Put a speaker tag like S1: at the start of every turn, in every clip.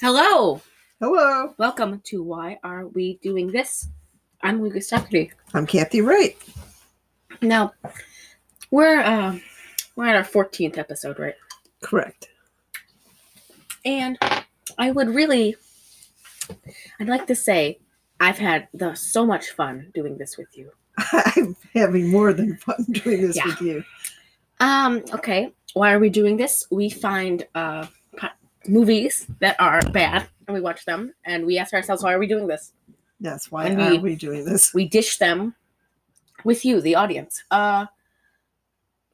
S1: Hello,
S2: Hello,
S1: welcome to Why Are We Doing This? I'm Lucas Doherty.
S2: I'm Kathy Wright.
S1: Now, we're uh, we're at our 14th episode, right?
S2: Correct.
S1: And I would really, I'd like to say, I've had the, so much fun doing this with you.
S2: I'm having more than fun doing this
S1: Yeah.
S2: with you.
S1: Um, okay, why are we doing this? We find uh, po- movies that are bad and we watch them, and we ask ourselves, why are we doing this?
S2: That's why
S1: And
S2: are
S1: we-
S2: we doing this?
S1: we dish them with you, the audience. Uh,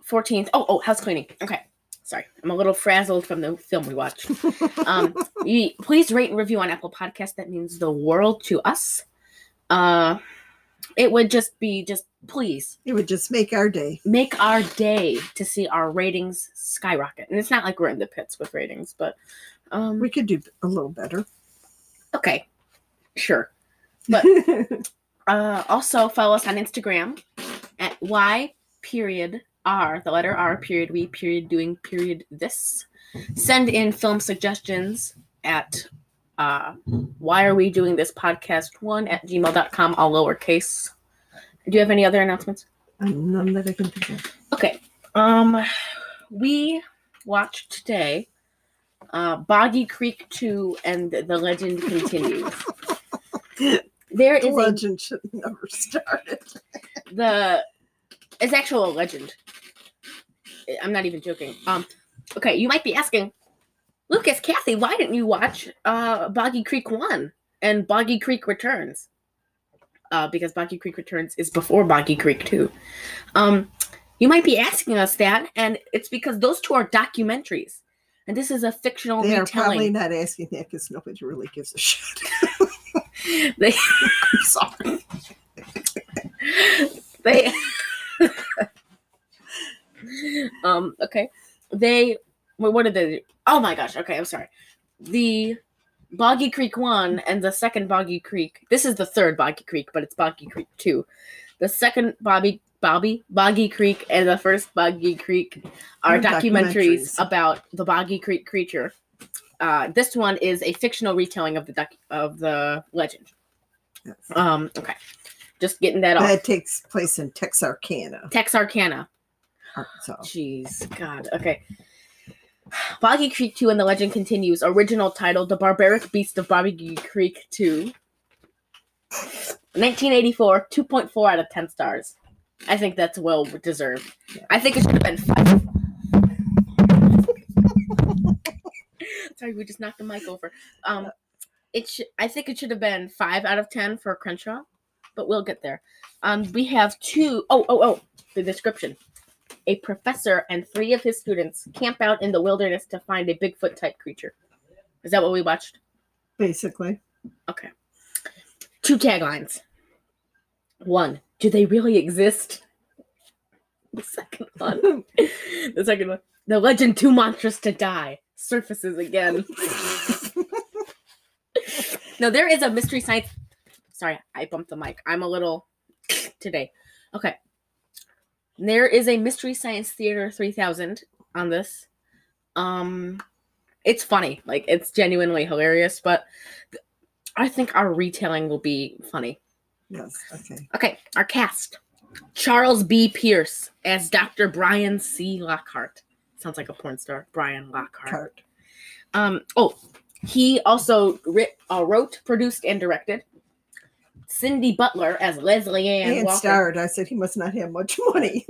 S1: fourteenth. Oh, oh, house cleaning. Okay, sorry, I'm a little frazzled from the film we watched. Um, you, please rate and review on Apple Podcast. That means the world to us. Uh, it would just be just please
S2: It would just make our day.
S1: make our day to see our ratings skyrocket. And it's not like we're in the pits with ratings, but um,
S2: We could do a little better.
S1: okay, sure. But- Uh, also follow us on Instagram at y period r the letter r period we period doing period this. Send in film suggestions at uh, why are we doing this podcast one at gmail.com all lowercase. Do you have any other announcements?
S2: I'm none that I can think of.
S1: Okay. Um, we watched today uh, Boggy Creek 2 and The Legend Continues. there is
S2: The
S1: a
S2: legend should never start.
S1: the it's actual a legend. I- I'm not even joking. Um, okay, you might be asking, Lucas, Kathy, why didn't you watch uh Boggy Creek One and Boggy Creek Returns? Uh, because Boggy Creek Returns is before Boggy Creek Two. Um, you might be asking us that, and it's because those two are documentaries, and this is a fictional
S2: They are probably
S1: retelling.
S2: not asking that because nobody really gives a shit.
S1: They,
S2: I'm sorry.
S1: they um okay they wait, what did they do? oh my gosh okay i'm sorry the boggy creek one and the second boggy creek this is the third boggy creek but it's boggy creek two the second bobby bobby boggy creek and the first boggy creek are
S2: Are
S1: documentaries,
S2: documentaries.
S1: about the boggy creek creature uh, this one is a fictional retelling of the doc- of the legend
S2: Yes.
S1: um okay just getting that off
S2: That takes place in Texarkana.
S1: texarkana
S2: So
S1: Jeez, God. Okay. Boggy Creek 2 and the Legend Continues. Original title The Barbaric Beast of Boggy Creek 2. 1984, 2.4 out of 10 stars. I think that's well deserved. I think it should have been 5. Sorry, we just knocked the mic over. Um, it sh- I think it should have been 5 out of 10 for Crenshaw, but we'll get there. Um, we have two oh oh oh, the description a professor and three of his students camp out in the wilderness to find a Bigfoot type creature. Is that what we watched?
S2: basically,
S1: Two taglines. One, do they really exist? The second one. the second one. The legend too monstrous to die surfaces again. no, there is a mystery science. Sorry, I bumped the mic. I'm a little today. Okay. There is a mystery science theater 3000 on this. Um it's funny. Like it's genuinely hilarious, but th- I think our retelling will be funny.
S2: yes. Okay.
S1: Okay, our cast. Charles B. Pierce as Dr. Brian C. Lockhart. Sounds like a porn star, Brian Lockhart.
S2: Cart.
S1: Um. Oh, he also writ, uh, wrote, produced, and directed. Cindy Butler as Leslie Ann
S2: And
S1: Walker.
S2: starred. I said he must not have much money.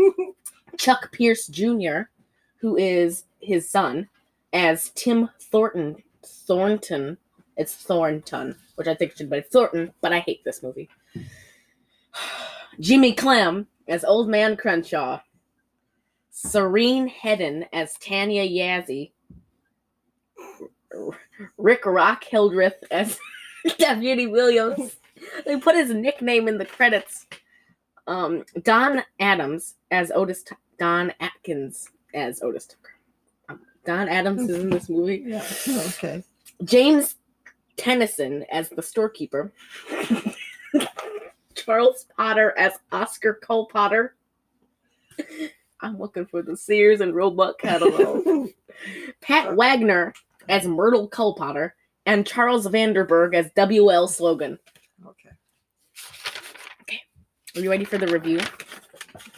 S1: Chuck Pierce Jr., who is his son, as Tim Thornton. Thornton. It's Thornton, which I think should be Thornton, but I hate this movie. Jimmy Clem as Old Man Crenshaw. Serene Hedden as Tanya Yazzie. R- Rick Rock Hildreth as Deputy Williams. They put his nickname in the credits um, Don Adams as Otis. T- Don Atkins as Otis Tucker. Um, Don Adams is in this movie.
S2: yeah. Okay.
S1: James Tennyson as the storekeeper. Charles Potter as Oscar Cole Potter. I'm looking for the Sears and Roebuck catalog. Pat Wagner as Myrtle Cole Potter and Charles Vanderberg as WL slogan.
S2: Okay.
S1: Are you ready for the review?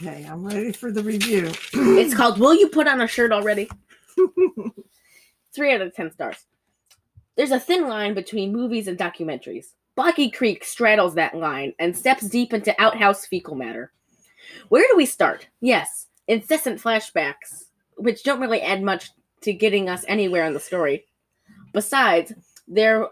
S2: Okay, I'm ready for the review.
S1: It's called Will You Put On a Shirt Already? Three out of ten stars. There's a thin line between movies and documentaries. Boggy Creek straddles that line and steps deep into outhouse fecal matter. Where do we start? Yes, incessant flashbacks, which don't really add much to getting us anywhere in the story. Besides, there,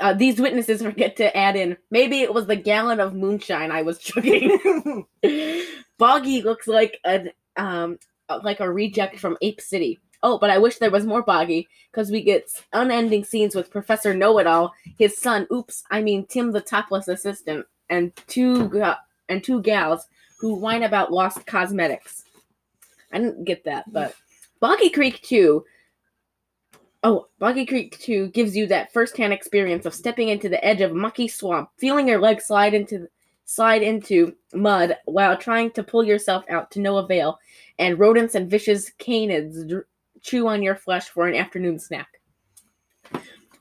S1: uh, these witnesses forget to add in maybe it was the gallon of moonshine I was chugging. Boggy looks like an um like a reject from Ape City. Oh, but I wish there was more Boggy because we get unending scenes with Professor Know It All, his son, oops, I mean Tim the topless assistant, and two ga- and two gals who whine about lost cosmetics. I didn't get that, but Boggy Creek 2. Oh, Boggy Creek 2 gives you that first-hand experience of stepping into the edge of mucky swamp, feeling your legs slide into slide into mud while trying to pull yourself out to no avail, and rodents and vicious canids dr- chew on your flesh for an afternoon snack.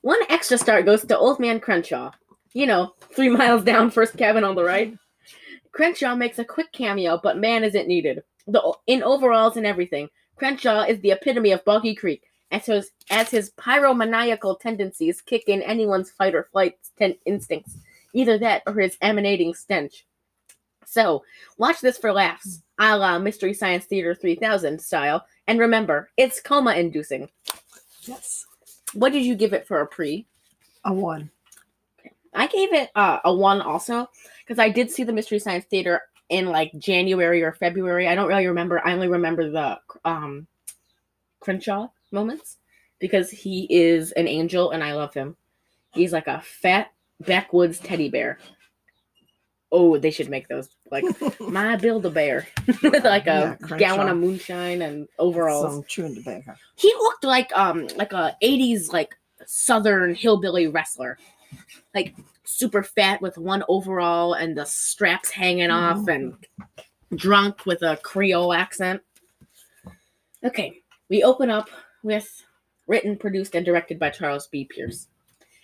S1: One extra star goes to Old Man Crenshaw. You know, three miles down, first cabin on the right. Crenshaw makes a quick cameo, but man, is it needed. The, o- in overalls and everything, Crenshaw is the epitome of Boggy Creek, as his, as his pyromaniacal tendencies kick in anyone's fight or flight ten- instincts either that or his emanating stench. So, watch this for laughs, a la Mystery Science Theater 3000 style, and remember, it's coma inducing.
S2: yes.
S1: What did you give it for a pre?
S2: A one.
S1: I gave it uh, a one also, because I did see the Mystery Science Theater in like January or February. I don't really remember. I only remember the um, Crenshaw moments because he is an angel and I love him. He's like a fat backwoods teddy bear. Oh, they should make those like my build a bear with like
S2: Yeah,
S1: a
S2: Crenshaw.
S1: gallon of moonshine and overalls.
S2: Some chewing tobacco.
S1: He looked like um like a '80s like Southern hillbilly wrestler, like super fat with one overall and the straps hanging off, and drunk with a Creole accent. Okay, we open up with written, produced, and directed by Charles B. Pierce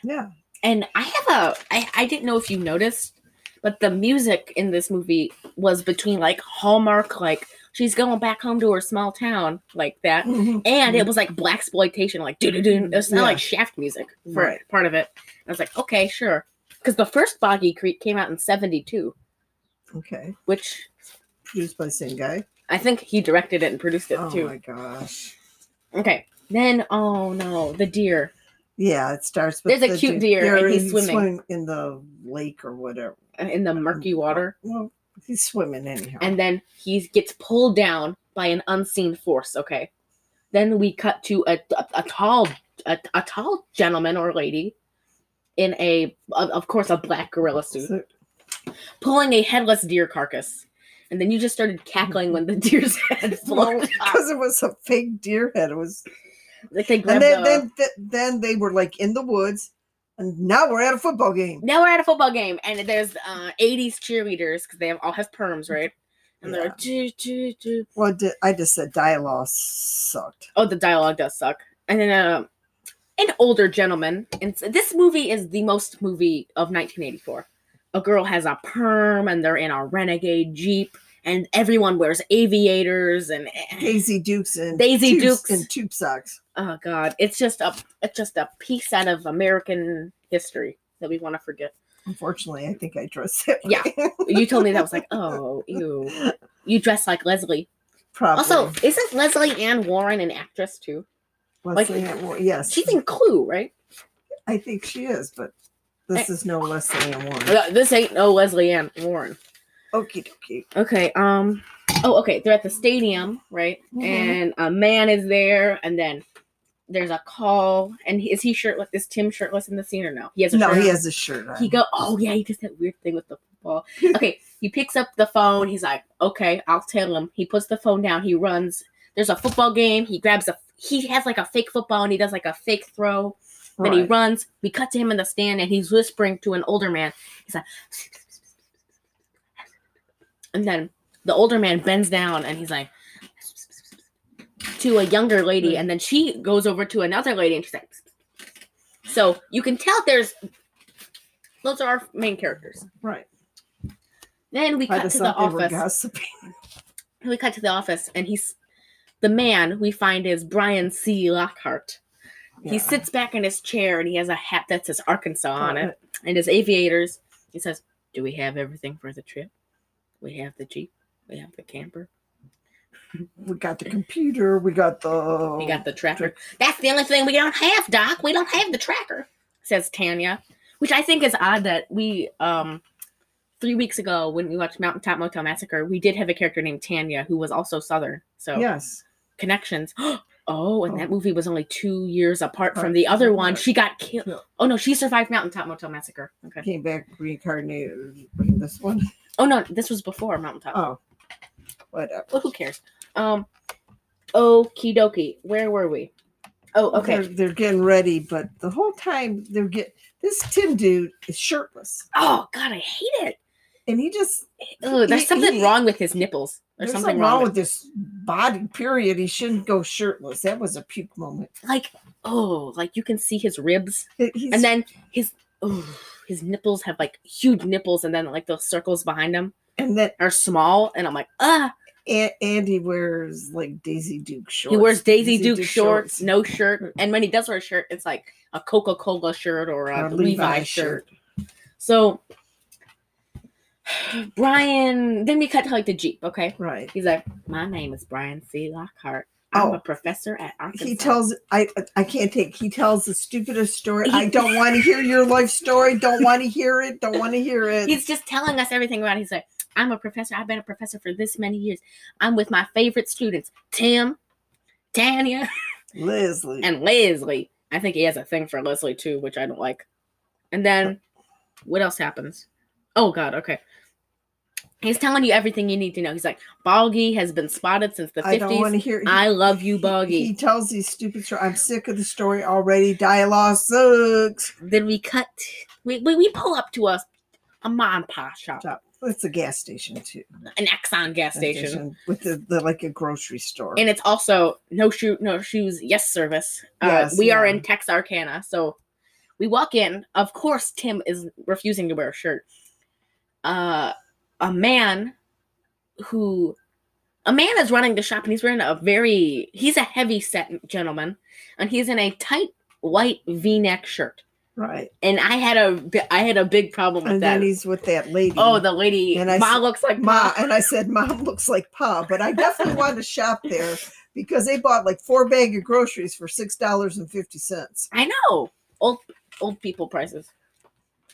S2: Yeah.
S1: and I have a I, I didn't know if you noticed, but the music in this movie was between like Hallmark, like she's going back home to her small town, like that,
S2: Mhm.
S1: and it was like black exploitation, like doo doo doo. It sounded
S2: Yeah.
S1: like Shaft music for
S2: Right.
S1: part of it. I was like, okay, sure, because the first Boggy Creek came out in '72,
S2: Okay.
S1: which
S2: Produced by the same guy.
S1: I think he directed it and produced it
S2: Oh
S1: too.
S2: my gosh.
S1: Okay, then oh no, the deer.
S2: Yeah, it starts with
S1: There's a
S2: the
S1: cute
S2: dude-
S1: deer, and
S2: they're
S1: he's
S2: in-
S1: swimming.
S2: swim in the lake or whatever.
S1: uh, in the murky water,
S2: Well, he's swimming anyhow.
S1: and then he gets pulled down by an unseen force. Okay, then we cut to a a, a tall a, a tall gentleman or lady in a of of course a black gorilla suit
S2: So-
S1: pulling a headless deer carcass, and then you just started cackling when the deer's head
S2: well,
S1: floated up.
S2: because it was a fake deer head. It was,
S1: Like they
S2: and
S1: grabbed
S2: then,
S1: the-
S2: then th- then they were like in the woods, and now we're at a football game.
S1: now we're at a football game, and there's uh, 80s cheerleaders because they have, all have perms, right? And they're like, "Choo, choo, choo."
S2: Well, I di- I just said dialogue sucked.
S1: Oh, the dialogue does suck. And then uh, an older gentleman. And s- this movie is the most movie of 1984. A girl has a perm, and they're in a renegade jeep, and everyone wears aviators, and
S2: Daisy Dukes and
S1: Daisy
S2: tube-
S1: Dukes.
S2: and tube socks.
S1: oh god, it's just a it's just a piece out of American history that we want to forget.
S2: Unfortunately, I think I dressed that.
S1: Yeah.
S2: way.
S1: You told me that I was like, oh, ew. You dress like Leslie.
S2: Probably.
S1: Also, isn't Leslie Ann Warren an actress too?
S2: Leslie Ann Warren. Yes,
S1: She's in Clue, right?
S2: I think she is, but this
S1: Eh.
S2: is no Leslie Ann Warren.
S1: Uh, This ain't no Leslie Ann Warren.
S2: Okie dokie.
S1: Okay. Um. Oh, okay. They're at the stadium, right?
S2: Mhm.
S1: And a man is there, and then there's a call. And he- is he shirtless? Is Tim shirtless in the scene or no? He has a
S2: No,
S1: shirt
S2: he
S1: on.
S2: has a shirt on.
S1: He go. Oh yeah, he does that weird thing with the football. Okay. he picks up the phone. He's like, okay, I'll tell him. He puts the phone down. He runs. There's a football game. He grabs a. He has like a fake football, and he does like a fake throw. Then he
S2: Right.
S1: runs. We cut to him in the stand, and he's whispering to an older man. He's like, and then the older man bends down, and he's like to a younger lady, and then she goes over to another lady, and she's like, So you can tell there's those are our main characters.
S2: Right.
S1: Then we
S2: By
S1: cut
S2: the
S1: to the
S2: stuff they were
S1: office.
S2: gossiping.
S1: we cut to the office and he's the man we find is Brian C. Lockhart. He
S2: Yeah.
S1: sits back in his chair and he has a hat that says Arkansas on it and his aviators. He says, Do we have everything for the trip? We have the Jeep. We have the camper.
S2: We got the computer. We got the.
S1: We got the tracker. That's the only thing we don't have, Doc. We don't have the tracker, says Tanya. Which I think is odd that we um three weeks ago when we watched Mountaintop Motel Massacre, we did have a character named Tanya who was also Southern. So
S2: Yes.
S1: connections. Oh, and
S2: Oh.
S1: that movie was only two years apart from
S2: Right.
S1: the other one.
S2: Right.
S1: She got killed.
S2: Yeah.
S1: Oh no, she survived Mountaintop Motel Massacre. Okay.
S2: Came back reincarnated. in This one.
S1: Oh no, this was before Mountaintop.
S2: Oh. Whatever.
S1: Well, who cares? Um, okie dokie. Where were we? Oh, okay.
S2: They're, they're getting ready, but the whole time they're get this Tim dude is shirtless,
S1: Oh God, I hate it.
S2: and he just
S1: Ugh, there's
S2: He-
S1: something
S2: he-
S1: wrong with his nipples. There's,
S2: there's
S1: something wrong with,
S2: with this body. Period. He shouldn't go shirtless. That was a puke moment.
S1: like oh, like you can see his ribs,
S2: He- He's,
S1: and then his oh, his nipples have like huge nipples, and then like those circles behind them
S2: and then
S1: are small, and I'm like ah.
S2: A- Andy wears like Daisy Duke shorts.
S1: He wears Daisy Duke, shorts, no shirt, and when he does wear a shirt, it's like a Coca Cola shirt or a,
S2: Or
S1: Levi's shirt. So Brian, then we cut to like the Jeep. Okay,
S2: Right.
S1: he's like, "My name is Brian C. Lockhart. I'm
S2: Oh.
S1: a professor at Arkansas."
S2: He tells I I can't take. He tells the stupidest story.
S1: He-
S2: I don't want to hear your life story. Don't want to hear it. Don't want to hear it.
S1: He's just telling us everything about. It. He's like, "I'm a professor. I've been a professor for this many years. I'm with my favorite students, Tim, Tanya,
S2: Leslie.
S1: and Leslie. I think he has a thing for Leslie too, which I don't like. And then what else happens? Oh god, okay. He's telling you everything you need to know. He's like, Boggy has been spotted since the
S2: I don't want
S1: fifties.
S2: to hear. he-
S1: I love you,
S2: he- He,
S1: Boggy.
S2: tells these stupid stories. I'm sick of the story already. Dialogue sucks.
S1: Then we cut we, we, we pull up to a a mom pop shop.
S2: Stop. It's a gas station too.
S1: An Exxon gas
S2: Gas
S1: station.
S2: with the, the like a grocery store.
S1: And it's also no shoe no shoes, yes service. Uh,
S2: Yes,
S1: we are
S2: yeah.
S1: in Texarkana, so we walk in. Of course, Tim is refusing to wear a shirt. Uh, a man who a man is running the shop, and he's wearing a very he's a heavy set gentleman, and he's in a tight white V neck shirt.
S2: right.
S1: And I had a bi- I had a big problem with
S2: And
S1: that.
S2: then he's with that lady.
S1: oh, the lady
S2: And I
S1: Ma
S2: s-
S1: looks like
S2: Ma
S1: Ma.
S2: and I said, Mom looks like Pa, but I definitely wanted to shop there because they bought like four bag of groceries for six dollars and fifty cents.
S1: I know old old people prices.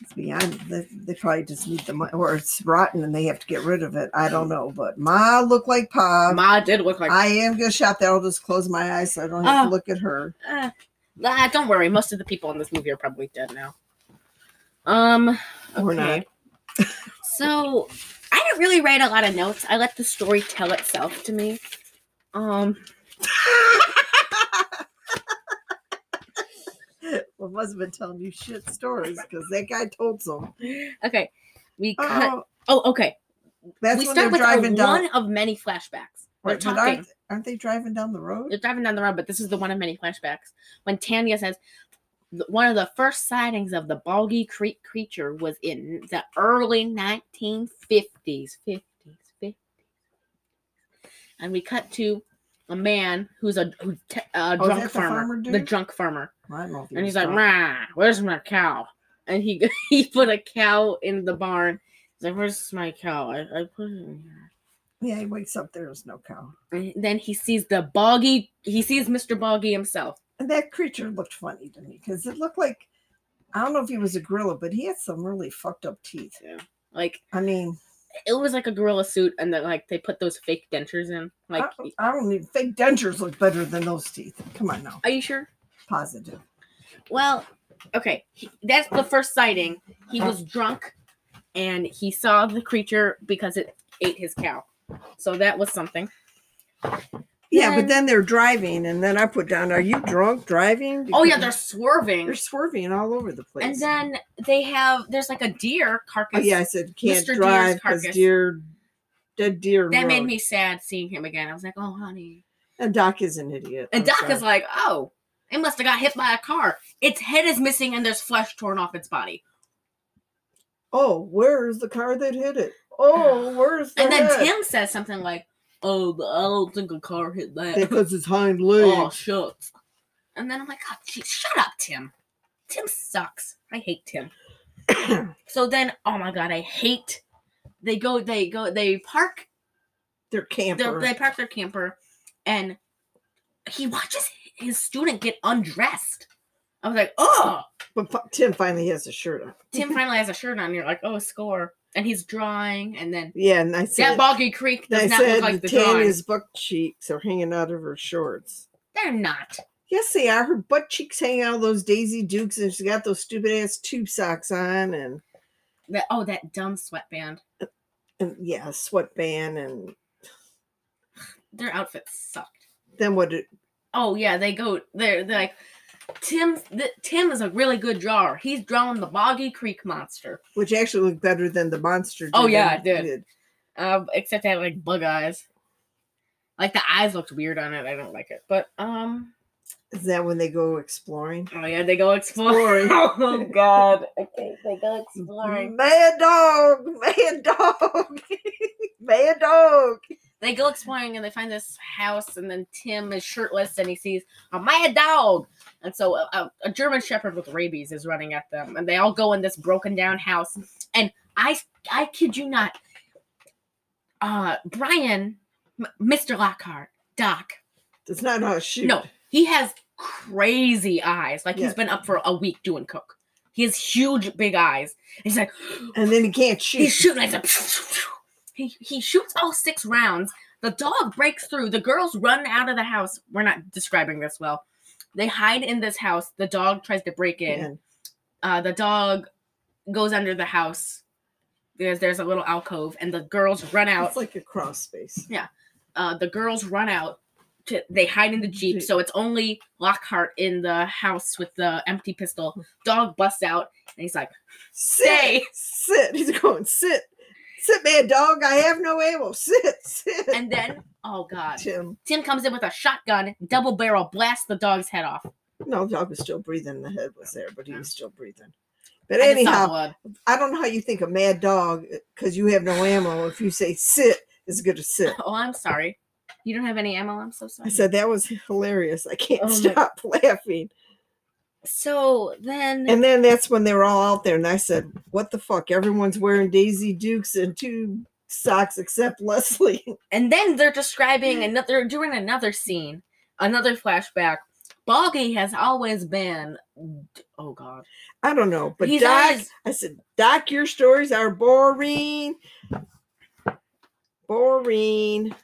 S2: It's beyond they, they probably just need the money or it's rotten and they have to get rid of it. I don't know, but Ma look like Pa.
S1: Ma did look like
S2: Um, I am gonna shop there. I'll just close my eyes so I don't have
S1: Oh.
S2: to look at her.
S1: Uh, nah, don't worry. Most of the people in this movie are probably dead now. Um,
S2: Or not.
S1: okay. so I didn't really write a lot of notes. I let the story tell itself to me. Um,
S2: well, must have been telling you shit stories because that guy told some.
S1: okay, we cut.
S2: Oh,
S1: Oh, okay.
S2: that's
S1: we
S2: when
S1: start
S2: they're
S1: with a
S2: driving down.
S1: one of many flashbacks. We're
S2: Wait, but
S1: talking.
S2: aren't, aren't they driving down the road?
S1: They're driving down the road, but this is the one of many flashbacks. When Tanya says "Th- one of the first sightings of the Boggy Creek creature was in the early 1950s. 50s, 50s. And we cut to a man who's a, who te- a
S2: Oh, is
S1: drunk
S2: that the
S1: farmer,
S2: farmer
S1: the
S2: dude?
S1: drunk farmer,
S2: I don't know if he
S1: and
S2: was
S1: he's like,
S2: drunk.
S1: "Rah, where's my cow?" And he he put a cow in the barn. He's like, "Where's my cow? I, I put it in here."
S2: Yeah, he wakes up. There is no cow.
S1: And then he sees the Boggy. He sees Mr. Boggy himself.
S2: And that creature looked funny to me because it looked like I don't know if he was a gorilla, but he had some really fucked up teeth.
S1: Like
S2: I mean,
S1: it was like a gorilla suit, and then like they put those fake dentures in. Like,
S2: I, don't- I don't even think dentures look better than those teeth. Come on now,
S1: are you sure?
S2: positive.
S1: Well, okay, he- that's the first sighting.
S2: Oh.
S1: He was drunk, and he saw the creature because it ate his cow. So that was something.
S2: Yeah,
S1: Yeah.
S2: but then they're driving, and then I put down, "Are you drunk driving?"
S1: Oh yeah, they're
S2: Because
S1: swerving,
S2: they're swerving all over the place.
S1: and then they have there's like a deer
S2: oh,
S1: carcass.
S2: yeah, I said can't
S1: Mr. Deer's
S2: drive because
S1: carcass.
S2: deer, dead deer.
S1: That made
S2: road."
S1: me sad seeing him again. I was like, oh honey.
S2: And Doc is an idiot.
S1: And
S2: I'm
S1: Doc
S2: sorry.
S1: is like, oh, It must have got hit by a car. Its head is missing and there's flesh torn off its body.
S2: Oh, where's the car that hit it? Oh, where's the
S1: And then
S2: head?
S1: Tim says something like, "Oh, but I don't think a car hit that."
S2: because his hind
S1: oh,
S2: legs.
S1: shucks. And then I'm like, "God, geez, shut up, Tim. Tim sucks. I hate Tim." so then, oh my god, I hate. They go, they go, they park
S2: They're
S1: they
S2: camper.
S1: they park their camper and he watches his student get undressed. I was like, oh,
S2: but fi- Tim finally has a shirt on.
S1: Tim finally has a shirt on. And you're like, oh, score. And he's drawing. And then
S2: Yeah, and I said,
S1: that Boggy Creek
S2: I
S1: does not
S2: said
S1: look like the drawing.
S2: Tanya's butt cheeks are hanging out of her shorts.
S1: They're not.
S2: Yes, they are. Her butt cheeks hang out of those Daisy Dukes, and she's got those stupid ass tube socks on, and,
S1: That, oh, that dumb sweatband.
S2: and yeah, sweatband, and
S1: Their outfits sucked.
S2: then what? It,
S1: Oh, yeah, they go, they're, they're like, Tim's, th- Tim is a really good drawer. He's drawing the Boggy Creek monster.
S2: which actually looked better than the monster.
S1: Oh,
S2: did
S1: yeah,
S2: on-
S1: it did. Um, except they had like bug eyes. Like the eyes looked weird on it. I don't like it. But, um,
S2: Is that when they go exploring?
S1: Oh yeah, they go exploring.
S2: Exploring.
S1: oh god. Mm-hmm. Okay, they go exploring.
S2: Mad dog, mad dog, mad dog.
S1: They go exploring and they find this house, and then Tim is shirtless and he sees a mad dog, and so a, a, a German Shepherd with rabies is running at them, and they all go in this broken down house. And I, I kid you not, uh, Brian, M- Mr. Lockhart, Doc,
S2: That's not how to shoot.
S1: No, he has crazy eyes. Like
S2: Yeah.
S1: he's been up for a week doing coke. He has huge, big eyes. He's like.
S2: and then he can't shoot.
S1: He's shooting. Like, the- he he shoots all six rounds. The dog breaks through. The girls run out of the house. We're not describing this well. They hide in this house. The dog tries to break in.
S2: Man,
S1: Uh, the dog goes under the house. There's there's a little alcove, and the girls run out.
S2: It's like a cross space.
S1: Uh, the girls run out. To, they hide in the jeep,
S2: Jeep.
S1: so it's only Lockhart in the house with the empty pistol. Dog busts out, and he's like, "Stay."
S2: sit. He's going, sit, sit, man, dog. I have no ammo. Sit, sit.
S1: And then, oh god,
S2: Tim,
S1: Tim comes in with a shotgun, double barrel, blasts the dog's head off.
S2: no, dog was still breathing. The head was there, but he
S1: Yeah.
S2: was still breathing. But
S1: I just saw
S2: anyhow,
S1: blood.
S2: I don't know how you think a mad dog, because you have no ammo. If you say sit, is going to sit.
S1: Oh, I'm sorry. You don't have any ammo. I'm so
S2: I
S1: sorry.
S2: said that was hilarious. I can't
S1: Oh my-
S2: stop laughing.
S1: so then,
S2: And then that's when they were all out there, and I said, "What the fuck? Everyone's wearing Daisy Dukes and two socks except Leslie."
S1: and then they're describing another. They're doing another scene, another flashback. Boggy has always been. Oh God,
S2: I don't know, but
S1: he's
S2: Doc,
S1: always
S2: I said, Doc, your stories are boring. Boring.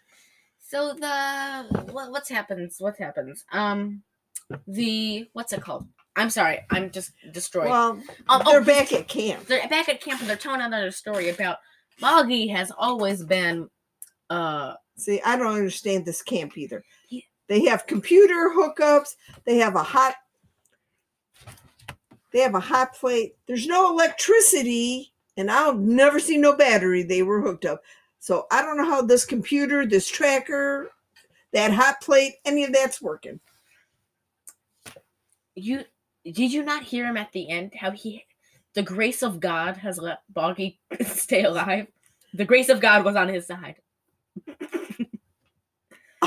S1: so the what what's happens what happens um the what's it called I'm sorry I'm just destroyed
S2: Well,
S1: Oh, oh,
S2: they're
S1: he's-
S2: back at camp.
S1: they're back at camp and they're telling another story about Boggy has always been uh
S2: See, I don't understand this camp either.
S1: He-
S2: They have computer hookups. They have a hot. They have a hot plate. There's no electricity, and I'll never see no battery. They were hooked up, so I don't know how this computer, this tracker, that hot plate, any of that's working.
S1: you did you not hear him at the end how he the grace of God has let Boggy stay alive? The grace of God was on his side.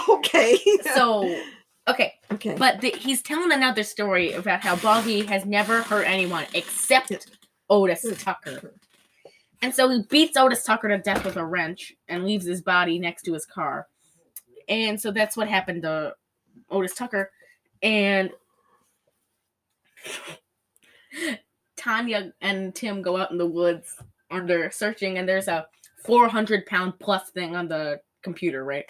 S2: Okay.
S1: So okay,
S2: okay.
S1: but the, he's telling another story about how Boggy has never hurt anyone except Otis Tucker. And so he beats Otis Tucker to death with a wrench and leaves his body next to his car. And so that's what happened to Otis Tucker. And Tanya and Tim go out in the woods and they're searching, and there's a 400 pound plus thing on the computer, right?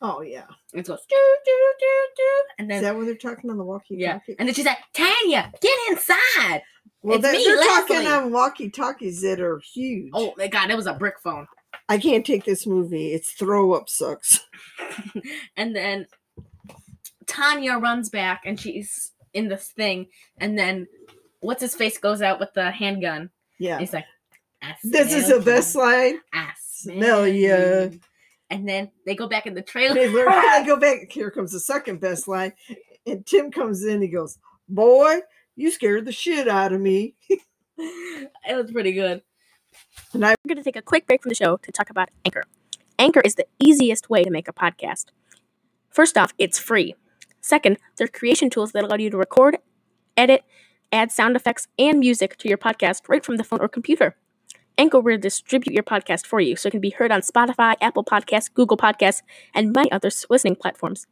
S2: Oh yeah.
S1: And it goes, doo, doo, doo, doo. And
S2: Is
S1: then,
S2: that what they're talking on the walkie-talkie?
S1: yeah. And then she's like, Tanya, get inside.
S2: well,
S1: it's
S2: they're,
S1: me,
S2: they're talking
S1: Leslie.
S2: on walkie-talkies that are huge.
S1: Oh my God, it was a brick phone.
S2: I can't take this movie. It's throw up sucks.
S1: and then Tanya runs back and she's in this thing, and then what's his face goes out with the handgun.
S2: Yeah.
S1: And he's like, I
S2: This is
S1: smell
S2: the best
S1: you.
S2: line.
S1: I
S2: smell
S1: smell
S2: ya."
S1: you. And then they go back in the
S2: They
S1: trailer.
S2: learn how to go back. Here comes the second best line. And Tim comes in. He goes, "Boy, you scared the shit out of me."
S1: it was pretty good.
S3: We're going to take a quick break from the show to talk about Anchor. Anchor is the easiest way to make a podcast. First off, it's free. Second, there are creation tools that allow you to record, edit, add sound effects, and music to your podcast right from the phone or computer. Anchor will distribute your podcast for you so it can be heard on Spotify, Apple Podcasts, Google Podcasts, and many other listening platforms.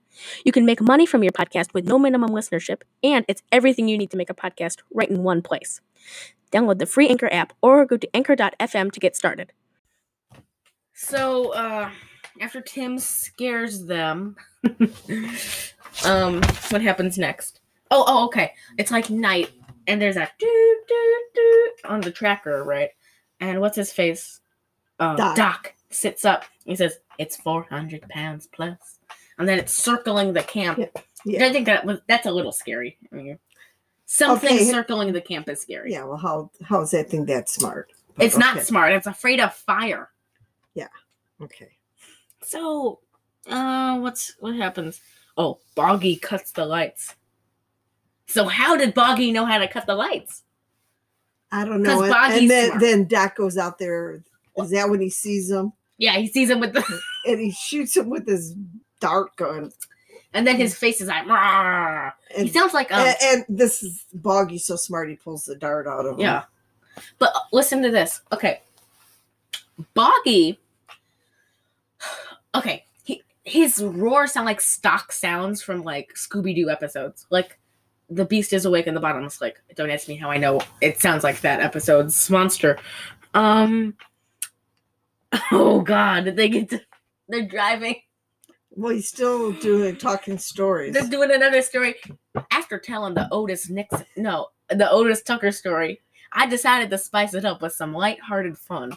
S3: You can make money from your podcast with no minimum listenership, and it's everything you need to make a podcast right in one place. Download the free Anchor app or go to anchor.fm to get started.
S1: So uh, after Tim scares them, um, what happens next? Oh, oh, okay. It's like night, and there's a doo doo doo on the tracker, right? And what's his face? Uh,
S2: Doc.
S1: Doc. sits up. He says, "It's four hundred pounds plus," and then it's circling the camp.
S2: Yeah, yeah.
S1: I think that was that's a little scary. I mean, something
S2: Okay.
S1: circling the camp is scary.
S2: Yeah. Well, how how is that thing that smart? But
S1: It's not
S2: okay,
S1: smart. It's afraid of fire.
S2: Okay.
S1: So, uh, what's what happens? Oh, Boggy cuts the lights. So how did Boggy know how to cut the lights?
S2: I don't know.
S1: 'Cause
S2: And-
S1: Boggy's
S2: and then,
S1: smart.
S2: then Doc goes out there. Is that when he sees him?
S1: Yeah, he sees him with the,
S2: And he shoots him with his dart gun.
S1: and then his face is like, "Rah." he
S2: Hmm. And, eh,
S1: sounds like um,
S2: and, and this is Boggy's so smart he pulls the dart out of him.
S1: Yeah. But uh, listen to this. Okay. Boggy. Okay. He, his roars sound like stock sounds from like Scooby Doo episodes. Like the beast is awake and the bottomless like don't ask me how I know it sounds like that episode's monster. Um Oh god, did they get to, they're driving.
S2: Well, he's still doing talking stories.
S1: They're doing another story. After telling the Otis Nixon, no, the Otis Tucker story, I decided to spice it up with some lighthearted fun.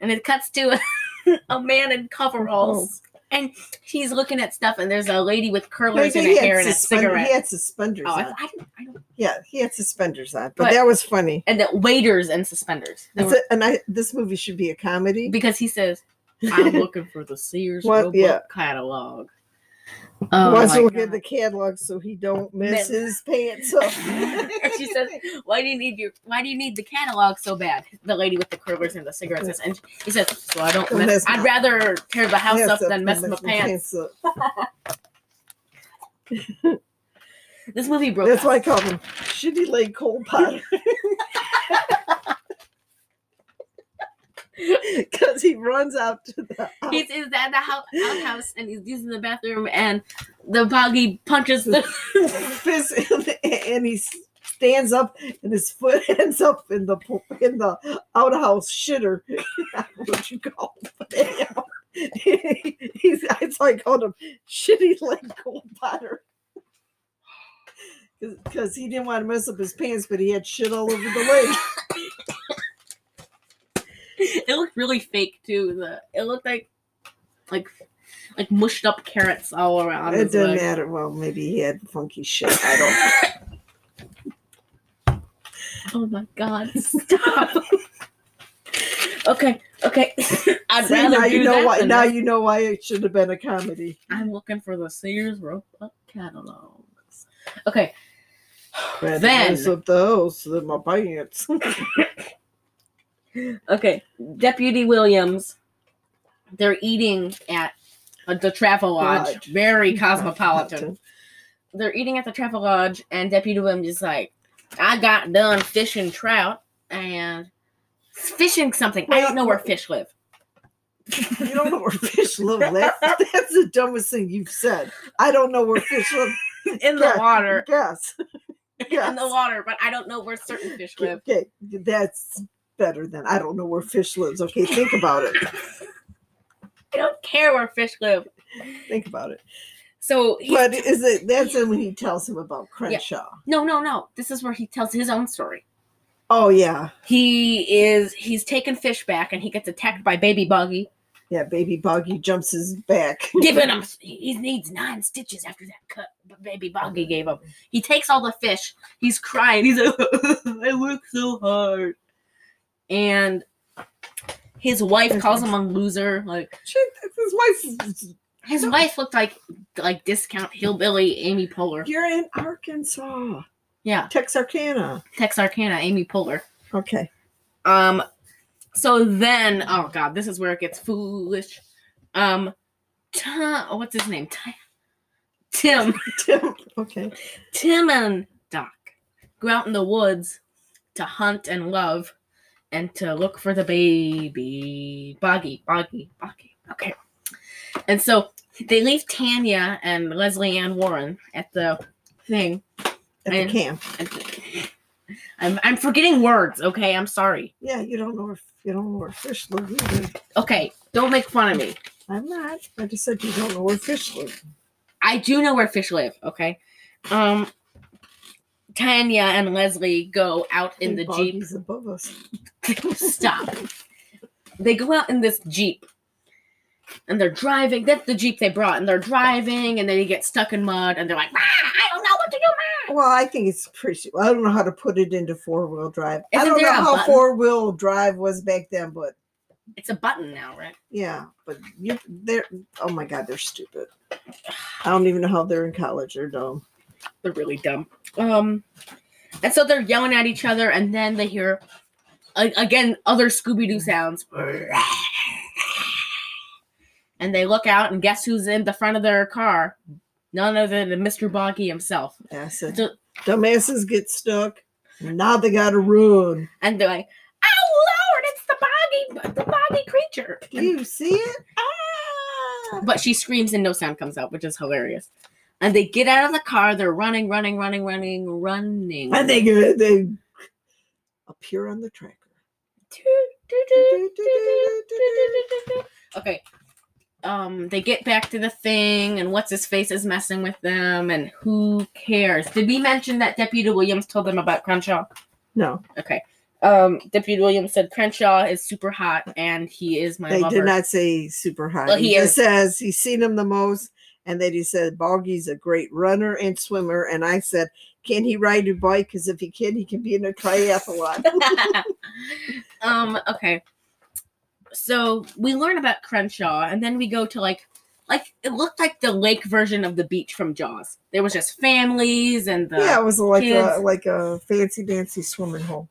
S1: And it cuts to a, man in coveralls.
S2: Oh.
S1: And she's looking at stuff, and there's a lady with curlers in
S2: he,
S1: her
S2: had
S1: hair and a
S2: suspend- he
S1: cigarette.
S2: had suspenders
S1: Oh, I,
S2: on.
S1: I didn't, I don't,
S2: Yeah, he had suspenders on. But,
S1: But-
S2: that was funny.
S1: and the waiters and suspenders. They
S2: That's
S1: were-
S2: it, and I, this movie should be a comedy.
S1: because he says, I'm looking for the Sears
S2: What-
S1: Roebuck
S2: yeah.
S1: catalog.
S2: He
S1: Oh,
S2: wants
S1: my
S2: to look at
S1: God.
S2: the catalog so he don't
S1: Miss.
S2: miss his pants up.
S1: and she says, "Why do you need your Why do you need the catalog so bad?" The lady with the curlers and the cigarettes says, and he says, "So I don't.
S2: Don't
S1: Mess,
S2: mess
S1: I'd
S2: my-
S1: rather tear the house
S2: Pants
S1: up than mess my
S2: don't
S1: pants."
S2: up.
S1: This movie broke.
S2: That's
S1: us.
S2: why I call him shitty leg coal potter. Because he runs out to the house.
S1: he's, he's at the house, outhouse and he's using the bathroom, and the boggy punches the.
S2: fist in the- and he stands up and his foot ends up in the po- in the outhouse shitter. what you call it? He's it's like on a shitty like cold butter. Because he didn't want to mess up his pants, but he had shit all over the leg.
S1: it looked really fake too. The it looked like, like, like mushed up carrots all around.
S2: it
S1: his
S2: doesn't
S1: leg.
S2: matter. Well, maybe he had funky shit. I don't.
S1: Oh my god! Stop. okay. Okay. I'd
S2: See,
S1: rather
S2: now
S1: do
S2: you know
S1: that
S2: why.
S1: than
S2: Now
S1: mess
S2: you know why it should have been a comedy.
S1: I'm looking for the Sears Roebuck catalogs. Okay,
S2: Rather
S1: Then-
S2: mess up the house than my pants.
S1: okay. Deputy Williams, they're eating at uh, the Travel Lodge.
S2: Lodge.
S1: Very cosmopolitan. They're eating at the Travel Lodge, and Deputy Williams is like, I got done fishing trout and fishing something. I don't know where fish live.
S2: You don't know where fish live. Lex. That's the dumbest thing you've said. I don't know where fish live.
S1: In the
S2: Yeah.
S1: water.
S2: Yes.
S1: In the
S2: Yes.
S1: water, but I don't know where certain fish live.
S2: Okay, that's better than I don't know where fish lives. Okay, think about it.
S1: I don't care where fish live.
S2: Think about it.
S1: So he
S2: But is it that's when he tells him about Crenshaw.
S1: no, no, no. This is where he tells his own story.
S2: Oh yeah.
S1: He is he's taken fish back and he gets attacked by baby buggy.
S2: Yeah, baby boggy jumps his back.
S1: Giving him he needs nine stitches after that cut b- baby buggy gave him. He takes all the fish. He's crying. He's like I work so hard. And his wife calls him a loser. Like
S2: Shit, his wife
S1: His wife looked like like discount hillbilly Amy Poehler.
S2: You're in Arkansas,
S1: Yeah,
S2: Texarkana.
S1: Texarkana Amy Poehler.
S2: Okay.
S1: Um, so then, oh god, this is where it gets foolish. Um, Tom, oh, what's his name? Ti- Tim.
S2: Tim. Okay.
S1: Tim and Doc go out in the woods to hunt and love and to look for the baby. Boggy, Boggy, Boggy. Okay. And so they leave Tanya and Leslie Ann Warren at the thing.
S2: At
S1: And-
S2: the camp.
S1: At the- I'm, I'm forgetting words, okay? I'm sorry.
S2: Yeah, you don't know where you don't know where fish live. either.
S1: Okay, don't make fun of me.
S2: I'm not. I just said you don't know where fish live.
S1: I do know where fish live, okay? Um Tanya and Leslie go out in the jeep
S2: Boggy's above us.
S1: Stop. They go out in this Jeep and they're driving. That's the Jeep they brought. And they're driving and they get stuck in mud and they're like, "Ah, I don't know what to do. Ma."
S2: Well, I think it's pretty. I don't know how to put it into four wheel drive. I
S1: Isn't
S2: don't
S1: there
S2: know
S1: a
S2: how
S1: button?
S2: four wheel drive was back then, but
S1: It's a button now, right?
S2: yeah. But you, they're. Oh my God, they're stupid. I don't even know how they're in college. They're dumb.
S1: They're really dumb. Um, and so they're yelling at each other and then they hear, a- again, other Scooby Doo sounds. And they look out and guess who's in the front of their car? None other than Mr. Boggy himself.
S2: Acid.
S1: So-
S2: Dumbasses get stuck. Now they gotta run.
S1: and they're like, "Oh Lord, it's the boggy, the boggy creature!"
S2: Do you see it? Ah!
S1: But she screams and no sound comes out, which is hilarious. And they get out of the car. They're running, running, running, running, running.
S2: And they go- uh, they appear on the tracker.
S1: okay. Um, they get back to the thing, and what's his face is messing with them, and who cares? Did we mention that Deputy Williams told them about Crenshaw?
S2: No,
S1: Okay. Um, Deputy Williams said Crenshaw is super hot, and he is my
S2: they
S1: lover.
S2: did not say super high.
S1: Well,
S2: he
S1: he
S2: just
S1: is-
S2: says he's seen him the most, and that he said Boggy's a great runner and swimmer. And I said, can he ride a bike? Because if he can, he can be in a triathlon.
S1: um, okay. So we learn about Crenshaw, and then we go to like, like it looked like the lake version of the beach from Jaws. There was just families and the
S2: yeah, it was like a
S1: Kids.
S2: like a fancy dancy swimming hole.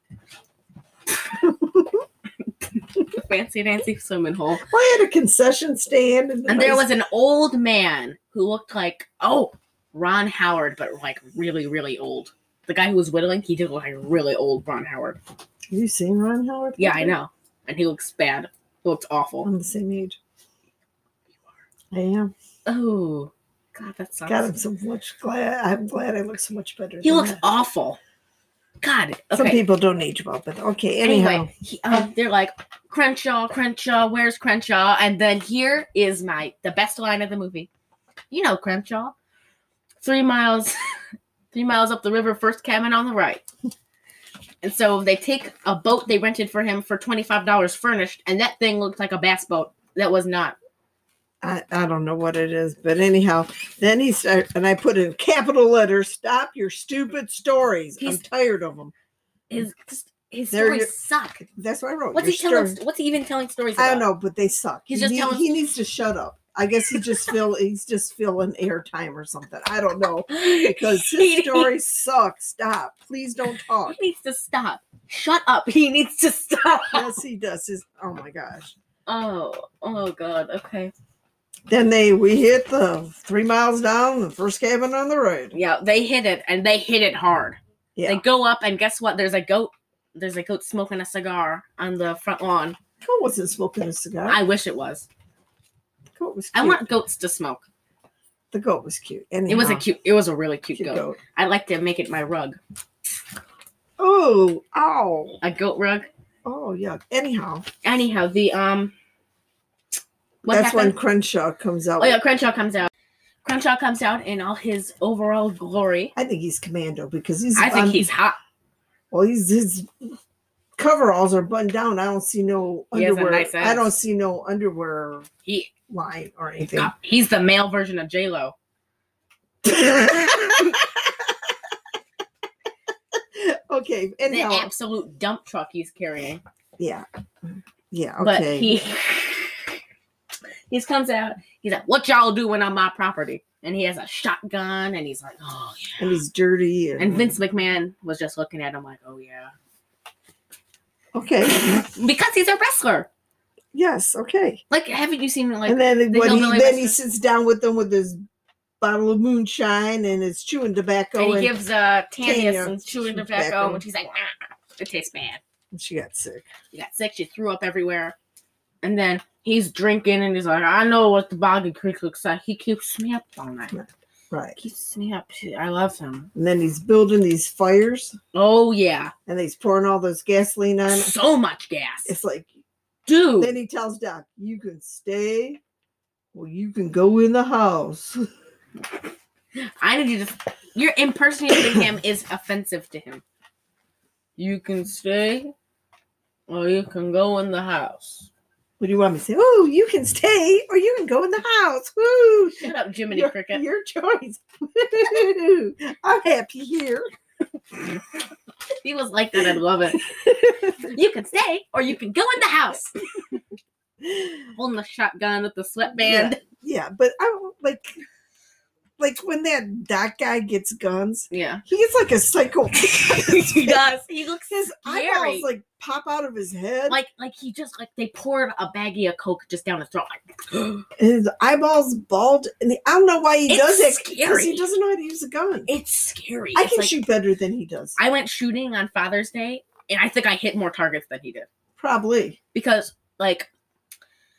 S1: fancy dancy swimming hole,
S2: Well, I had a concession stand, the
S1: and there
S2: place-
S1: was an old man who looked like oh Ron Howard, but like really really old. The guy who was whittling, he did look like really old Ron Howard.
S2: Have you seen Ron Howard?
S1: Yeah, I know, and he looks bad. He looks awful.
S2: I'm the same age. I am.
S1: Oh God, that sounds.
S2: God, I'm so much glad. I'm glad I look so much better.
S1: He
S2: than
S1: looks
S2: that.
S1: awful. God. Okay.
S2: Some people don't age well, but okay. Anyhow,
S1: anyway, he, um, they're like Crenshaw, Crenshaw. Where's Crenshaw? And then here is my the best line of the movie. You know Crenshaw. Three miles, three miles up the river, first cabin on the right. And so they take a boat they rented for him for twenty five dollars furnished, and that thing looked like a bass boat. That was not.
S2: I, I don't know what it is, but anyhow, then he started, and I put in capital letters, stop your stupid stories. I'm
S1: He's-
S2: tired of them.
S1: His Oh, his
S2: There
S1: stories
S2: you-
S1: suck.
S2: That's what I wrote.
S1: What's
S2: your
S1: he telling?
S2: story-
S1: st- What's he even telling stories? About?
S2: I don't know, but they suck.
S1: He's
S2: he,
S1: just
S2: need-
S1: telling-
S2: he needs to shut up. I guess he just feel he's just filling airtime or something. I don't know because his
S1: He-
S2: story sucks. Stop, please don't talk.
S1: He needs to stop. Shut up. He needs to stop.
S2: Yes, he does. His, oh my gosh.
S1: Oh, oh god. Okay.
S2: Then they we hit the three miles down the first cabin on the road.
S1: Yeah, they hit it and they hit it hard.
S2: Yeah,
S1: They go up and guess what? There's a goat. There's a goat smoking a cigar on the front lawn.
S2: Cole wasn't smoking a cigar.
S1: I wish it was.
S2: Cole was
S1: I
S2: cute.
S1: want goats to smoke.
S2: the goat was cute. Anyhow,
S1: It was a cute. It was a really cute,
S2: cute
S1: goat.
S2: goat.
S1: I'd like to make it my rug.
S2: Oh, ow.
S1: A goat rug.
S2: Oh, yeah. Anyhow,
S1: Anyhow, the um. What
S2: that's
S1: happened?
S2: when Crenshaw comes out.
S1: oh yeah, Crenshaw comes out. Crenshaw comes out in all his overall glory.
S2: I think he's commando because he's. um,
S1: I think
S2: on-
S1: he's hot.
S2: Well, he's, his coveralls are buttoned down. I don't see no
S1: He has a
S2: underwear.
S1: nice
S2: I don't
S1: ass.
S2: see no underwear
S1: He
S2: line or anything.
S1: he's the male version of J Lo.
S2: okay.
S1: The
S2: Anyhow,
S1: absolute dump truck he's carrying.
S2: yeah. Yeah.
S1: but
S2: Okay.
S1: he He comes out. He's like, "What y'all doing on my property?" And he has a shotgun, and he's like, "Oh yeah."
S2: And he's dirty. And,
S1: And Vince McMahon was just looking at him like, "Oh yeah,"
S2: okay,
S1: because he's a wrestler.
S2: yes, okay.
S1: Like, haven't you seen like?
S2: and then
S1: the
S2: when he,
S1: hillbilly
S2: then he
S1: wrestler-
S2: sits down with them with his bottle of moonshine and his chewing tobacco,
S1: and
S2: and,
S1: he gives uh Tanya
S2: Tanya
S1: some chewing
S2: some
S1: tobacco,
S2: tobacco.
S1: which he's like, "Ah, "It tastes bad."
S2: she got sick.
S1: You got sick. You threw up everywhere. And then he's drinking and he's like, I know what the Boggy Creek looks like. He keeps me up all night.
S2: Right.
S1: Keeps me up. I love him.
S2: And then he's building these fires
S1: Oh, yeah.
S2: and he's pouring all this gasoline on. it.
S1: So much gas.
S2: It's like then
S1: Dude.
S2: he tells Doc, "You can stay, or you can go in the house."
S1: I need you to. You're impersonating him is offensive to him. You can stay or you can go in the house.
S2: What do you want me to say? Oh, you can stay, or you can go in the house. Woo!
S1: Shut up, Jiminy
S2: your,
S1: Cricket.
S2: your choice. Woo! I'm happy here.
S1: If he was like that, I'd love it. you can stay or you can go in the house. Holding the shotgun with the sweatband.
S2: Yeah, but I don't- like, like when that Doc guy gets guns,
S1: yeah.
S2: he gets like a psycho.
S1: he does. He looks
S2: His
S1: Scary.
S2: eyeballs like pop out of his head.
S1: like like he just like they poured a baggie of coke just down his throat. Like,
S2: and his eyeballs bald, and I don't know why he
S1: It's
S2: does it because
S1: scary.
S2: he doesn't know how to use a gun.
S1: it's scary.
S2: I
S1: It's
S2: can
S1: like-
S2: shoot better than he does,
S1: I went shooting on Father's Day, and I think I hit more targets than he did
S2: probably.
S1: because like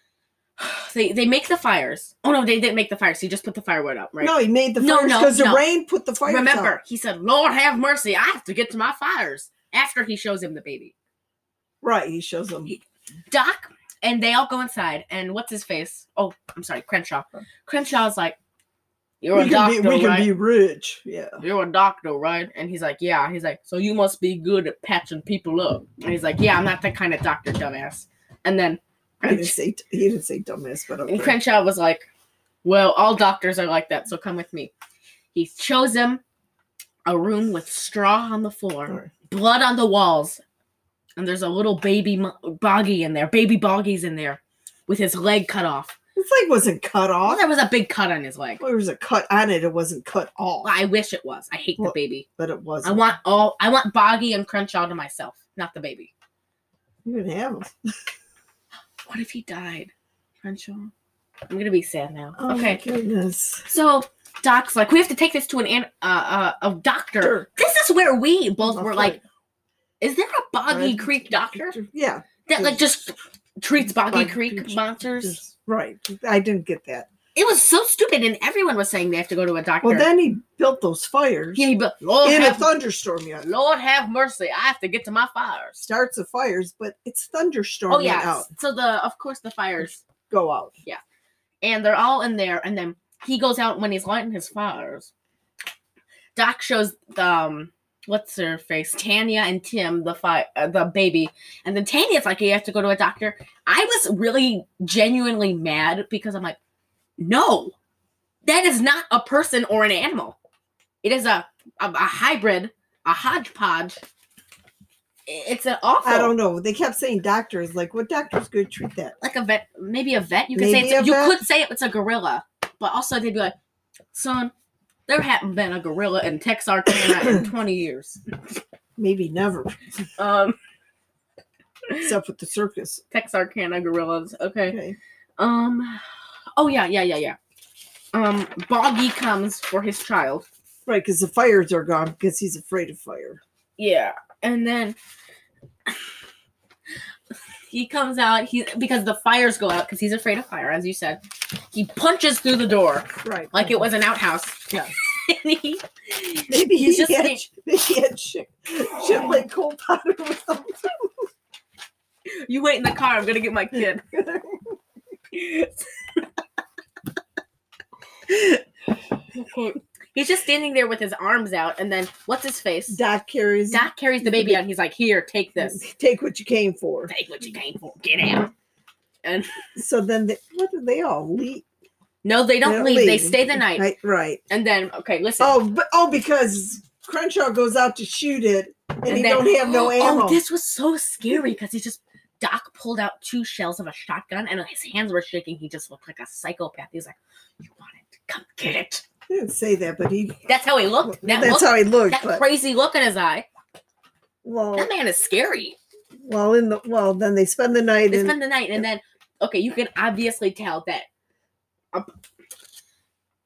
S1: they they make the fires. Oh no, they didn't make the fires. He just put the firewood up, right?
S2: No, he made the
S1: No,
S2: fires
S1: no,
S2: because
S1: no.
S2: the rain put the fire.
S1: Remember, he said, "Lord have mercy, I have to get to my fires." After he shows him the baby,
S2: right? He shows them.
S1: Doc, and they all go inside, and what's his face? Oh, I'm sorry, Crenshaw. Crenshaw's like, "You're
S2: we
S1: a
S2: can
S1: doctor,
S2: be, we
S1: right?"
S2: can be rich. Yeah.
S1: you're a doctor, right? And he's like, yeah. He's like, so you must be good at patching people up. And he's like, yeah, I'm not that kind of doctor, dumbass. And then
S2: He didn't say he didn't say dumbass, but okay.
S1: and Crenshaw was like, well, all doctors are like that, so come with me. He shows him a room with straw on the floor,
S2: Alright.
S1: blood on the walls, and there's a little baby mo- Boggy in there. Baby Boggy's in there with his leg cut off.
S2: His leg wasn't cut
S1: Oh,
S2: off.
S1: there was a big cut on his leg.
S2: There was a cut on it. It wasn't cut off,
S1: I wish it was. I hate the
S2: Well,
S1: baby.
S2: but it
S1: I
S2: wasn't.
S1: want all. I want Boggy and Crenshaw to myself, not the baby.
S2: you didn't have him.
S1: What if he died, Crenshaw? I'm gonna be sad now.
S2: Oh my
S1: okay,
S2: goodness.
S1: so Doc's like, we have to take this to an an- uh, uh, a doctor.
S2: Sure.
S1: This is where we both
S2: Of
S1: were
S2: course.
S1: like, is there a Boggy
S2: Right.
S1: Creek doctor
S2: Yeah.
S1: that like just treats Boggy
S2: Boggy
S1: Creek
S2: Creek
S1: monsters?
S2: just- Right. I didn't get that.
S1: It was so stupid, and everyone was saying they have to go to a doctor.
S2: Well, then he built those fires
S1: yeah, but Lord
S2: in a
S1: have,
S2: thunderstorm. Yeah.
S1: Lord have mercy, I have to get to my fires.
S2: Starts the fires, but it's thunderstorming
S1: Oh yeah,
S2: out.
S1: so the of course the fires,
S2: Go out.
S1: and they're all in there, and then he goes out when he's lighting his fires. Doc shows um what's her face Tanya and Tim the fi- uh, the baby, and then Tanya's like, "You have to go to a doctor." I was really genuinely mad because I'm like, "No, that is not a person or an animal. It is a a, a hybrid, a hodgepodge. I- It's an awful."
S2: I don't know. They kept saying doctors. Like, what doctor's going to treat that?
S1: like a vet, maybe a vet. You could
S2: Maybe
S1: say it's,
S2: a
S1: you
S2: vet.
S1: could say it's a gorilla, but also they'd be like, "Son, there hadn't been a gorilla in Texarkana in twenty years."
S2: Maybe never,
S1: Um,
S2: except with the circus.
S1: Texarkana gorillas. Okay.
S2: Okay.
S1: Um, oh yeah, yeah, yeah, yeah. Um, Boggy comes for his child.
S2: Right, because the fires are gone because he's afraid of fire.
S1: Yeah, and then he comes out. He because the fires go out because he's afraid of fire, as you said. He punches through the door
S2: Right.
S1: like it was an outhouse.
S2: Yeah.
S1: and he
S2: Maybe
S1: He's
S2: he's
S1: just
S2: just had,
S1: being-
S2: maybe he had shit, shit like cold powder or something.
S1: You wait in the car. I'm gonna get my kid. he's just standing there with his arms out, and then what's his face?
S2: Doc carries.
S1: Doc carries the baby out. And he's like, "Here, take this.
S2: Take what you came for.
S1: Take what you came for. Get out."
S2: So then, they, what do they all leave?
S1: No, they don't
S2: They'll
S1: leave. They stay the night,
S2: Right. right.
S1: and then okay, listen.
S2: Oh, but oh, because Crenshaw goes out to shoot it, and, he
S1: then-
S2: don't have no ammo.
S1: Oh, this was so scary because he just Doc pulled out two shells of a shotgun and his hands were shaking. He just looked like a psychopath. He was like, You want it? Come get it.
S2: He didn't say that, but he.
S1: That's how he looked. That
S2: that's
S1: look,
S2: how he looked.
S1: that
S2: but,
S1: crazy look in his eye.
S2: well,
S1: That man is scary.
S2: well, in the well, then they spend the night
S1: They
S2: in.
S1: spend the night and then okay, you can obviously tell that um,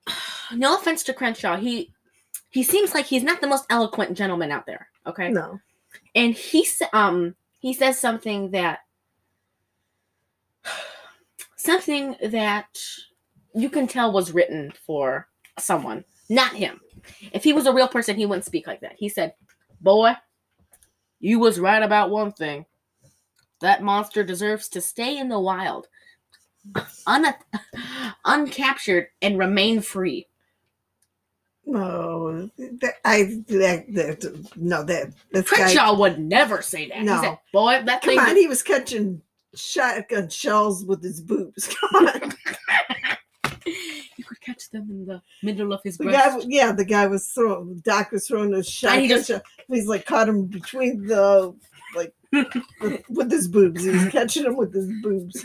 S1: no offense to Crenshaw, he he seems like he's not the most eloquent gentleman out there. Okay.
S2: no,
S1: and he s- um he says something that something that you can tell was written for someone not him if he was a real person he wouldn't speak like that he said boy you was right about one thing that monster deserves to stay in the wild un- uncaptured and remain free
S2: no, Oh, that, I that, that no that that's guy.
S1: crenshaw would never say that
S2: No.
S1: he said boy that
S2: Come
S1: thing
S2: on, he was catching shotgun shells with his boobs. Come on,
S1: you could catch them in the middle of his
S2: the guy,
S1: breast.
S2: yeah, the guy was throwing. Doc was throwing a shotgun.
S1: he just-
S2: shell. He's like caught him between the like with, with his boobs. He was catching him with his boobs.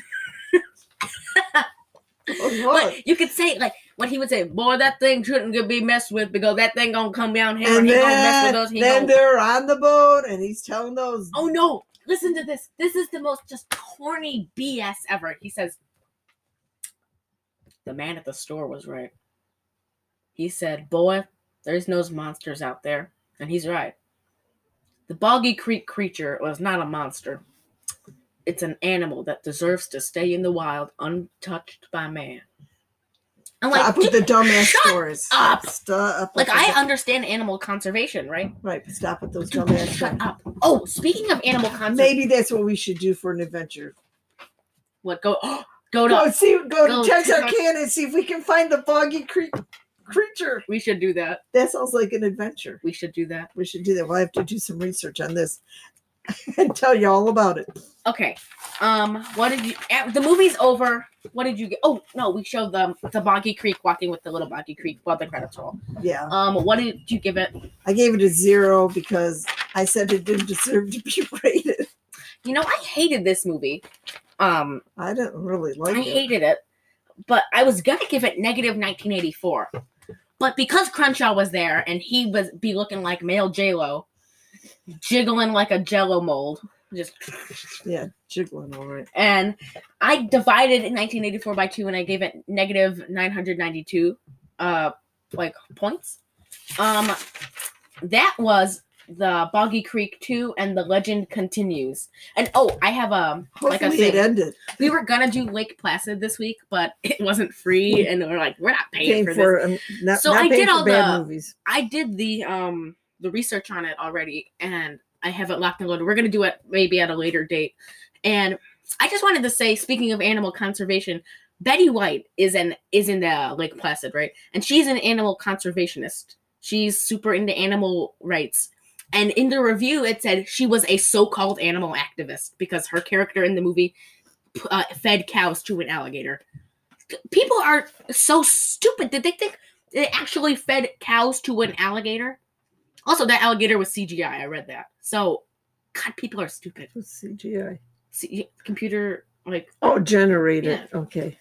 S2: Oh, Lord.
S1: But you could say like when he would say, "Boy, that thing shouldn't get be messed with because that thing gonna come down here and,
S2: and
S1: he gonna mess
S2: then,
S1: with us." He
S2: then
S1: gonna-
S2: they're on the boat, and he's telling those.
S1: oh no! Listen to this. This is the most just corny BS ever. He says, "The man at the store was right." He said, "Boy, there's those monsters out there," and he's right. The Boggy Creek creature was not a monster. It's an animal that deserves to stay in the wild untouched by man. I'm like,
S2: Stop with the
S1: "Get
S2: dumbass
S1: shut
S2: stories.
S1: up!"
S2: Stop.
S1: Like
S2: with the-
S1: I understand animal conservation, right?
S2: right. but Stop with those
S1: Dude,
S2: dumbass
S1: Shut
S2: stories.
S1: up. Oh, speaking of animal conservation,
S2: Maybe that's what we should do for an adventure.
S1: what go go to
S2: Go see. Go
S1: Go
S2: to
S1: check-
S2: Texarkana and see if we can find the boggy creek creature.
S1: we should do that.
S2: That sounds like an adventure.
S1: We should do that.
S2: We should do that. We'll have to do some research on this and tell you all about it.
S1: Okay. Um what did you eh, the movie's over. What did you get? Oh, no, we showed the the Boggy Creek walking with the little Boggy Creek while the credits roll.
S2: Yeah,
S1: Um what did you give it?
S2: I gave it a zero because I said it didn't deserve to be rated.
S1: You know, I hated this movie. Um
S2: I didn't really like
S1: I
S2: it.
S1: hated it. But I was gonna give it negative 1984. But because Crenshaw was there and he was be looking like male J-Lo, jiggling like a jello mold, just
S2: yeah, jiggling all right.
S1: and I divided 1984 by two and I gave it negative 992 uh like points. Um that was the Boggy Creek 2 and the legend continues. And oh, I have um like I
S2: Hopefully it
S1: said,
S2: ended.
S1: we were gonna do Lake Placid this week, but it wasn't free, and we're like, we're not paying
S2: Paying
S1: for, this.
S2: for um, not,
S1: So
S2: not
S1: I
S2: paying
S1: did
S2: for
S1: all
S2: bad
S1: the-
S2: movies.
S1: I did the um the research on it already, and I have it locked and loaded. We're gonna do it maybe at a later date. And I just wanted to say, speaking of animal conservation, Betty White is an is in the Lake Placid, right? And she's an animal conservationist. She's super into animal rights. And in the review, it said she was a so-called animal activist because her character in the movie p- uh, fed cows to an alligator. People are so stupid that they think they actually fed cows to an alligator. Also, that alligator was CGI. I read that. So, God, people are stupid.
S2: What's CGI.
S1: C- computer like
S2: Oh, generated. Okay,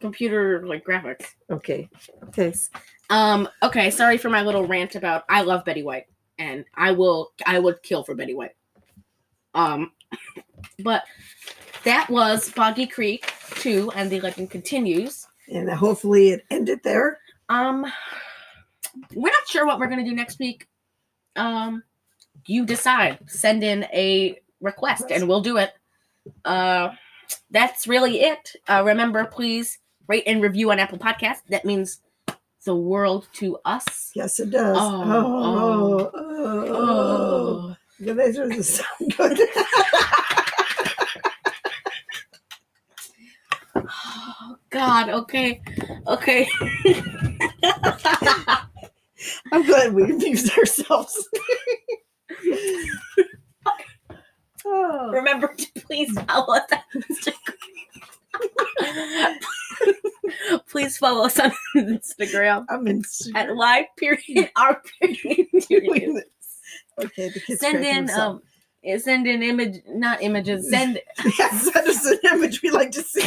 S1: computer like graphics.
S2: okay, okay.
S1: Um. Okay. Sorry for my little rant about I love Betty White and I will I would kill for Betty White. Um. But that was Boggy Creek two, and the legend continues.
S2: And hopefully it ended there.
S1: Um, we're not sure what we're gonna do next week. Um, you decide. Send in a request, and we'll do it. Uh, that's really it. Uh, remember, please rate and review on Apple Podcasts. That means the world to us.
S2: Yes, it does.
S1: Oh,
S2: Oh, oh, oh.
S1: Oh,
S2: Yeah, that doesn't sound good.
S1: God. Okay. Okay.
S2: I'm glad we amused ourselves. oh.
S1: Remember to please follow us on Instagram. please follow us on Instagram.
S2: I'm in.
S1: at live period our period
S2: Wait a
S1: union.
S2: minute. okay, the kids
S1: send
S2: cracking
S1: in
S2: themselves.
S1: um Eh, Send an image, not images. Send
S2: Yeah, send us an image we like to see.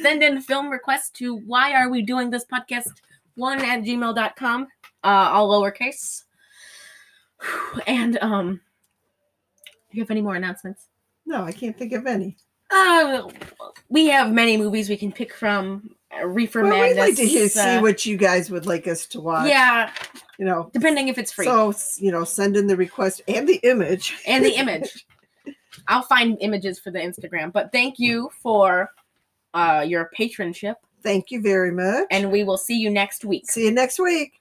S1: send in film requests to why are we doing this podcast one at gmail.com uh all lowercase and um do you have any more announcements
S2: No, I can't think of any.
S1: uh we have many movies we can pick from uh, reefer
S2: Well, we'd
S1: madness
S2: like to hear, see
S1: uh,
S2: what you guys would like us to watch.
S1: yeah
S2: you know.
S1: depending if it's free
S2: So s- you know, send in the request and the image.
S1: and the image i'll find images for the instagram but thank you for uh your patronship
S2: Thank you very much.
S1: and we will see you next week
S2: see you next week.